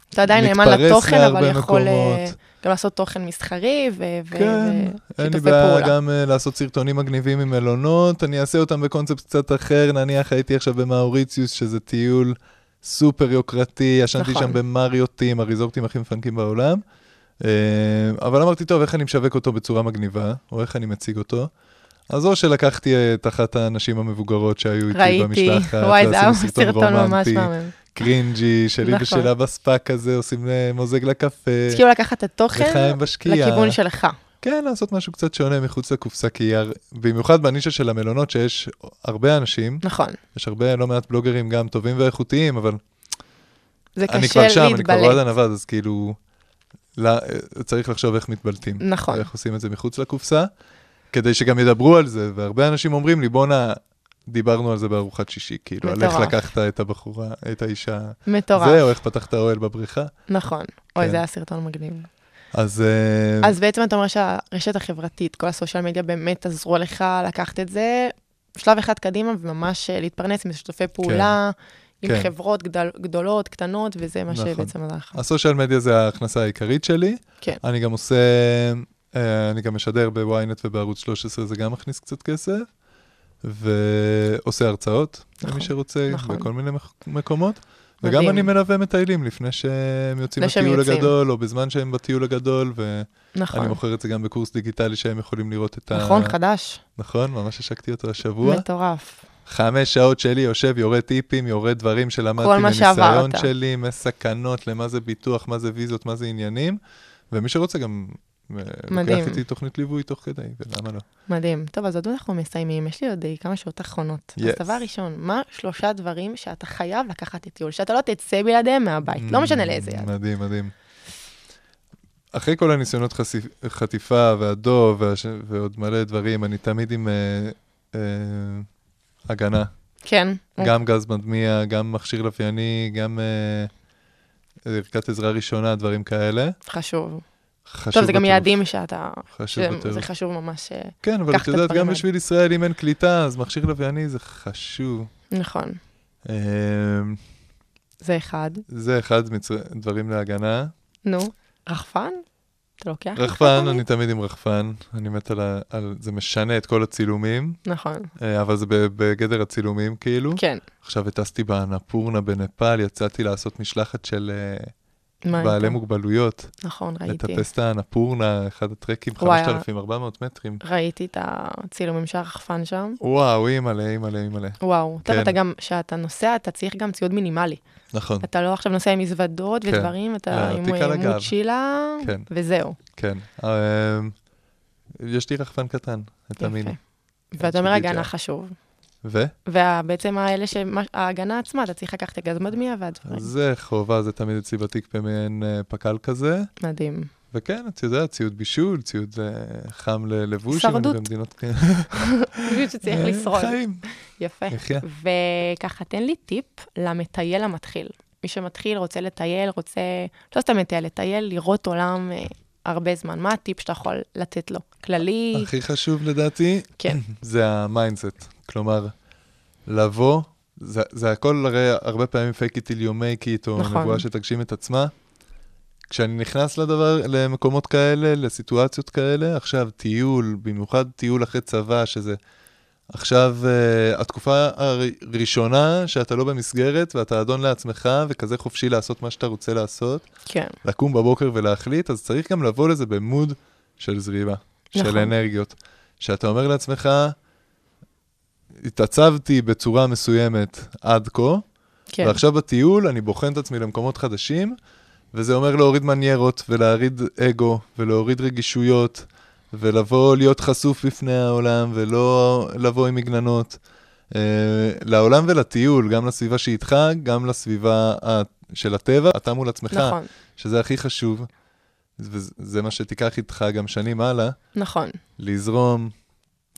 D: אתה עדיין נאמן
E: מתפרס
D: לתוכן, אבל
E: להרבה
D: יכול אה,
E: מקומות.
D: גם לעשות תוכן מסחרי ו- ו-
E: כן, אין לי
D: ושיתופי
E: בעיה
D: פעולה.
E: גם אה, לעשות סרטונים מגניבים עם מלונות, אני אעשה אותם בקונספט קצת אחר, נניח הייתי עכשיו במאוריציוס, שזה טיול סופר יוקרתי, ישנתי
D: נכון.
E: שם במריוטים, הריזורטים הכי מפנקים בעולם. אה, אבל אמרתי, טוב, איך אני משווק אותו בצורה מגניבה, או איך אני מציג אותו? אז או שלקחתי אה, את אחת הנשים המבוגרות שהיו איתי
D: ראיתי,
E: במשלחת,
D: וואי, זה היה
E: ועשינו סרטון
D: סרטון ממש
E: רומנטי, כן.
D: מהמם.
E: קרינג'י, שלי
D: נכון.
E: ושלה בספה כזה, עושים אה, מוזג לקפה,
D: אז כאילו לקחת את התוכן
E: לחיים בשקיעה.
D: לכיוון שלך.
E: כן, לעשות משהו קצת שונה מחוץ לקופסה, כי הר... במיוחד בנישה של המלונות, שיש הרבה אנשים,
D: נכון.
E: יש הרבה, לא מעט בלוגרים גם טובים ואיכותיים, אבל
D: זה
E: אני
D: קשה
E: כבר שם, אני כבר לא רואה
D: להתבלט.
E: את הנווט, אז כאילו, לא, אה, צריך לחשוב איך מתבלטים.
D: נכון.
E: ואיך עושים את זה מחוץ לקופסה, כדי שגם ידברו על זה, והרבה אנשים אומרים לי, בואנה, דיברנו על זה בארוחת שישי, כאילו, על איך
D: מטורף.
E: לקחת את הבחורה, את האישה, זה,
D: מטורף.
E: או איך פתחת אוהל בבריכה.
D: נכון. אוי,
E: כן.
D: זה היה סרטון מגניב.
E: אז... אה,
D: אז בעצם אתה אומר שהרשת החברתית, כל הסושיאל מדיה באמת עזרו לך לקחת את זה שלב אחד קדימה וממש אה, להתפרנס עם שיתופי פעולה, עם
E: כן.
D: חברות גדל- גדולות, קטנות, וזה מה
E: נכון.
D: שבעצם עזר לך.
E: הסושיאל מדיה זה ההכנסה העיקרית שלי.
D: כן.
E: אני גם עושה, אה, אני גם משדר ב-ynet ובערוץ 13, זה גם מכניס קצת כסף. ועושה הרצאות,
D: נכון,
E: למי שרוצה,
D: נכון.
E: בכל מיני מח- מקומות.
D: מדהים.
E: וגם אני מלווה מטיילים לפני שהם יוצאים
D: לפני שהם
E: לטיול
D: יוצאים.
E: הגדול, או בזמן שהם בטיול הגדול, ואני
D: נכון.
E: מוכר את זה גם בקורס דיגיטלי שהם יכולים לראות את ה...
D: נכון, חדש.
E: נכון, ממש השקתי אותו השבוע.
D: מטורף.
E: חמש שעות שלי יושב, יורד טיפים, יורד דברים שלמדתי
D: כל מה
E: מניסיון
D: שעברת.
E: שלי, מסכנות למה זה ביטוח, מה זה ויזות, מה זה עניינים. ומי שרוצה גם אה,
D: מדהים.
E: לוקח איתי תוכנית ליווי תוך כדי, ולמה לא?
D: מדהים. טוב, אז עוד אנחנו מסיימים, יש לי עוד אה, כמה שעות אחרונות.
E: Yes.
D: אז דבר ראשון, מה שלושה דברים שאתה חייב לקחת לטיול, שאתה לא תצא בלעדיהם מהבית,
E: Mm.
D: לא משנה לאיזה יד.
E: מדהים, מדהים. אחרי כל הניסיונות חשיפ... חטיפה והדוב והש... ועוד מלא דברים, אני תמיד עם אה, אה, הגנה.
D: כן.
E: Mm. גם גז מדמיע, גם מכשיר לווייני, גם אה, ערכת עזרה ראשונה, דברים כאלה.
D: חשוב.
E: חשוב
D: טוב, זה גם
E: בטירוף.
D: יעדים שאתה...
E: חשוב
D: שזה-
E: בטירוף.
D: זה חשוב ממש... אה,
E: כן, אבל
D: קח
E: את
D: את
E: יודעת,
D: הדברים
E: גם
D: האלה.
E: בשביל ישראל, אם אין קליטה, אז מכשיר לווייני זה חשוב.
D: נכון.
E: אמ,
D: זה אחד.
E: זה אחד מהדברים להגנה.
D: נו, רחפן? אתה לוקח?
E: רחפן, אני תמיד עם רחפן, אני מת על ה... על- זה משנה את כל הצילומים,
D: נכון,
E: אה, אבל זה ב- בגדר הצילומים, כאילו.
D: כן.
E: עכשיו הטסתי באנפורנה בנפאל, יצאתי לעשות משלחת של אה,
D: מה הייתה?
E: בעלי מוגבלויות.
D: נכון, ראיתי.
E: לטפס את האנפורנה, אחד הטרקים,
D: וואי, אה. ה-
E: 5,400 מטרים.
D: ראיתי את הצילומים של הרחפן שם.
E: וואו, אימא'לה, אימא'לה, אימא'לה.
D: וואו, טוב,
E: כן.
D: אתה גם, כשאתה נוסע, אתה צריך גם ציוד מינימלי.
E: נכון,
D: אתה לא עכשיו נוסע עם מזוודות
E: כן.
D: ודברים, אתה
E: לא,
D: עם
E: תיק על
D: אה,
E: הגב.
D: מוצ'ילה,
E: כן.
D: וזהו.
E: כן. אה, יש לי רחפן קטן, את המין.
D: יפה. ואתה אומר,
E: שגיתי.
D: הגנה חשוב.
E: ו?
D: ובעצם האלה, שמה- ההגנה עצמה, אתה צריך לקחת גז מדמיע והדברים.
E: זה חובה, זה תמיד אצלי בתיק במעין אה, פק"ל כזה.
D: מדהים.
E: וכן, את יודעת, ציוד בישול, ציוד אה, חם ללבוש. אם אני
D: הישרדות.
E: במדינות... כן,
D: פשוט שצריך לשרוד.
E: אה, חיים.
D: יפה.
E: יחיה.
D: וככה, תן לי טיפ למטייל המתחיל. מי שמתחיל, רוצה לטייל, רוצה, לא סתם לטייל, לטייל, לראות עולם אה, הרבה זמן. מה הטיפ שאתה יכול לתת לו? כללי,
E: הכי חשוב לדעתי,
D: כן.
E: זה המיינדסט. כלומר, לבוא, זה, זה הכל הרי הרבה פעמים fake it till you make it, או
D: נכון.
E: נבואה שתגשים את עצמה. כשאני נכנס לדבר, למקומות כאלה, לסיטואציות כאלה, עכשיו טיול, במיוחד טיול אחרי צבא, שזה עכשיו uh, התקופה הראשונה שאתה לא במסגרת ואתה אדון לעצמך וכזה חופשי לעשות מה שאתה רוצה לעשות.
D: כן,
E: לקום בבוקר ולהחליט, אז צריך גם לבוא לזה במוד של זריבה, נכון.
D: נכון.
E: של אנרגיות. שאתה אומר לעצמך, התעצבתי בצורה מסוימת עד כה,
D: כן,
E: ועכשיו בטיול אני בוחן את עצמי למקומות חדשים, וזה אומר להוריד מניירות ולהוריד אגו ולהוריד רגישויות, ולבוא להיות חשוף בפני העולם ולא לבוא עם מגננות. אה, לעולם ולטיול, גם לסביבה שאיתך, גם לסביבה ה- של הטבע, אתה מול עצמך.
D: נכון,
E: שזה הכי חשוב, וזה זה מה שתיקח איתך גם שנים הלאה,
D: נכון,
E: לזרום,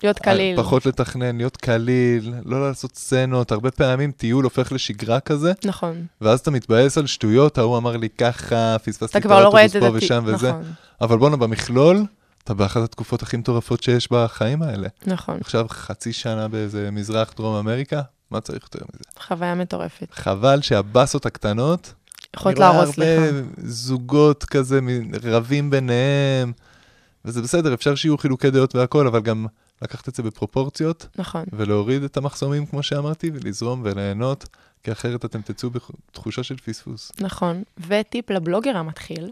D: להיות קליל.
E: אה, פחות לתכנן, להיות קליל, לא לעשות סצנות. הרבה פעמים טיול הופך לשגרה כזה,
D: נכון.
E: ואז אתה מתבאס על שטויות, ההוא אמר לי ככה, פספסתי
D: אתה
E: את
D: כבר לא רואה את
E: האוטובוס
D: זה
E: פה
D: דתי.
E: ושם וזה.
D: נכון,
E: אבל בואנה, במכלול, אתה באחת התקופות הכי מטורפות שיש בחיים האלה.
D: נכון.
E: עכשיו חצי שנה באיזה מזרח דרום אמריקה, מה צריך יותר מזה?
D: חוויה מטורפת.
E: חבל שהבאסות הקטנות,
D: יכולת להרוס
E: אני רואה
D: לך.
E: הרבה זוגות כזה, מין- רבים ביניהם, וזה בסדר, אפשר שיהיו חילוקי דעות והכול, אבל גם לקחת את זה בפרופורציות,
D: נכון.
E: ולהוריד את המחסומים, כמו שאמרתי, ולזרום וליהנות, כי אחרת אתם תצאו בתחושה של פספוס.
D: נכון, וטיפ לבלוגר המתחיל,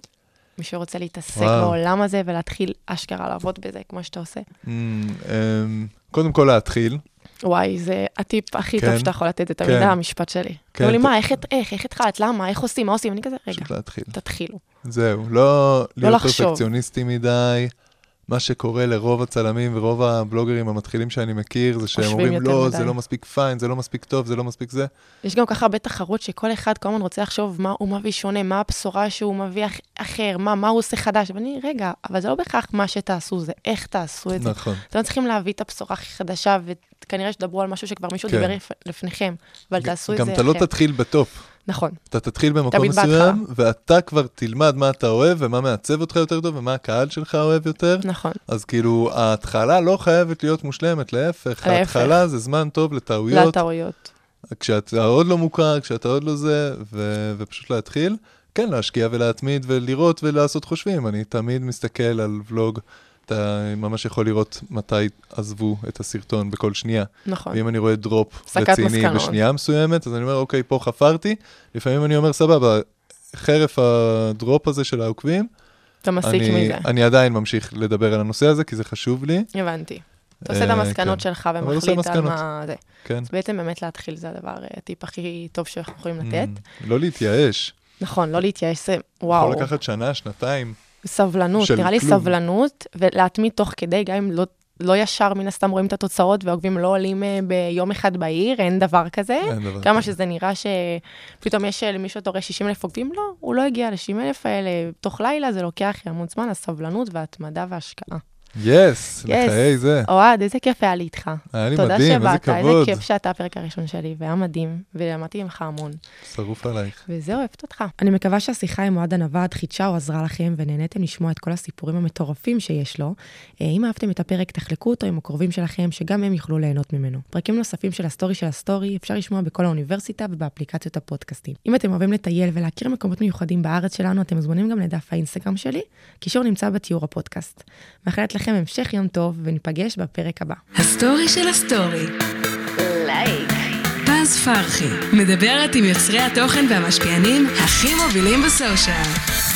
D: מי שרוצה להתעסק
E: וואו.
D: בעולם הזה ולהתחיל אשכרה לעבוד בזה, כמו שאתה עושה.
E: Mm, אמ, קודם כל להתחיל,
D: וואי, זה הטיפ הכי
E: כן.
D: טוב שאתה יכול לתת, זה תמיד
E: כן.
D: המשפט שלי.
E: כן,
D: אמרו לי,
E: ת-
D: מה, איך את- איך, איך התחלת, למה, איך עושים, מה עושים? אני כזה, רגע,
E: פשוט להתחיל.
D: תתחילו.
E: זהו, לא להיות
D: לחשוב.
E: פרפקציוניסטי מדי. מה שקורה לרוב הצלמים ורוב הבלוגרים המתחילים שאני מכיר, זה שהם
D: חושבים
E: אומרים,
D: יותר
E: לא,
D: מדי."
E: זה לא מספיק פיין, זה לא מספיק טוב, זה לא מספיק זה.
D: יש גם כל כך הרבה תחרות שכל אחד כל הזמן רוצה לחשוב מה הוא מביא שונה, מה הבשורה שהוא מביא אח- אחר, מה, מה הוא עושה חדש. ואני, רגע, אבל זה לא בהכרח מה שתעשו, זה איך תעשו את זה.
E: נכון.
D: אתם לא צריכים להביא את הבשורה הכי חדשה, וכנראה שתדברו על משהו שכבר מישהו
E: כן.
D: דיבר לפ- לפניכם, אבל תעשו את זה
E: גם
D: אחר.
E: אתה לא תתחיל בטופ.
D: נכון,
E: אתה תתחיל במקום
D: תמיד
E: מסוים, ואתה כבר תלמד מה אתה אוהב ומה מעצב אותך יותר טוב ומה הקהל שלך אוהב יותר.
D: נכון.
E: אז כאילו, ההתחלה לא חייבת להיות מושלמת, להפך,
D: להפך.
E: ההתחלה זה זמן טוב לטעויות,
D: לטעויות.
E: כשאתה עוד לא מוכר, כשאתה עוד לא זה, ו... ופשוט להתחיל. כן, להשקיע ולהתמיד ולראות ולעשות חושבים. אני תמיד מסתכל על ולוג, אתה ממש יכול לראות מתי עזבו את הסרטון בכל שנייה.
D: נכון.
E: ואם אני רואה דרופ
D: הסקת
E: רציני
D: מסקנות.
E: בשנייה מסוימת, אז אני אומר, אוקיי, פה חפרתי. לפעמים אני אומר, סבבה, חרף הדרופ הזה של העוקבים,
D: אתה מסיק
E: אני, אה,
D: מזה.
E: אני עדיין ממשיך לדבר על הנושא הזה, כי זה חשוב לי,
D: הבנתי. אתה עושה את
E: אה,
D: המסקנות
E: כן.
D: שלך
E: אבל עושה
D: ומחליט על
E: מסקנות.
D: מה זה.
E: כן.
D: אז בעצם באמת להתחיל זה הדבר, אה, הטיפ הכי טוב שאנחנו יכולים לתת.
E: Mm, לא להתייאש.
D: נכון, לא להתייאש, זה וואו,
E: יכול לקחת שנה, שנתיים.
D: סבלנות,
E: של
D: נראה לי
E: כלום.
D: סבלנות, ולהתמיד תוך כדי, גם אם לא... לא ישר מן הסתם רואים את התוצאות והעוקבים לא עולים אה, ביום אחד בעיר, אין דבר כזה.
E: אין דבר
D: כן, כמה
E: כזה.
D: שזה נראה שפתאום יש אה, למישהו אתה רואה 60 אלף עוקבים, לא, הוא לא הגיע ל-60 אלף האלה. תוך לילה זה לוקח המון זמן, הסבלנות וההתמדה וההשקעה.
E: יס, לחיי זה.
D: אוהד, איזה כיף היה לי איתך.
E: היה לי
D: תודה
E: מדהים, איזה
D: שבאת,
E: כבוד.
D: איזה כיף שאתה הפרק הראשון שלי, והיה מדהים, ולמדתי ממך המון.
E: שרוף עלייך.
D: וזהו, אוהבת אותך.
F: אני מקווה שהשיחה עם אוהד הנווד חידשה או עזרה לכם ונהניתם לשמוע את כל הסיפורים המטורפים שיש לו. אה, אם אהבתם את הפרק, תחלקו אותו עם הקרובים שלכם, שגם הם יוכלו ליהנות ממנו. פרקים נוספים של הסטורי של הסטורי אפשר לשמוע בכל האוניברסיטה ובאפליקציות הפודקאסטים. אם אתם אוהבים לטייל ולהכיר מקומות מיוחדים בארץ שלנו, אתם מוזמנים גם לדף האינסטגרם שלי, קישור נמצא בתיאור הפודקאסט. מאחלת לכם המשך יום טוב, וניפגש בפרק הבא.
C: הסטורי של הסטורי.
B: לייק.
C: פז פרחי מדברת עם יוצרי התוכן והמשפיענים הכי מובילים בסושיאל.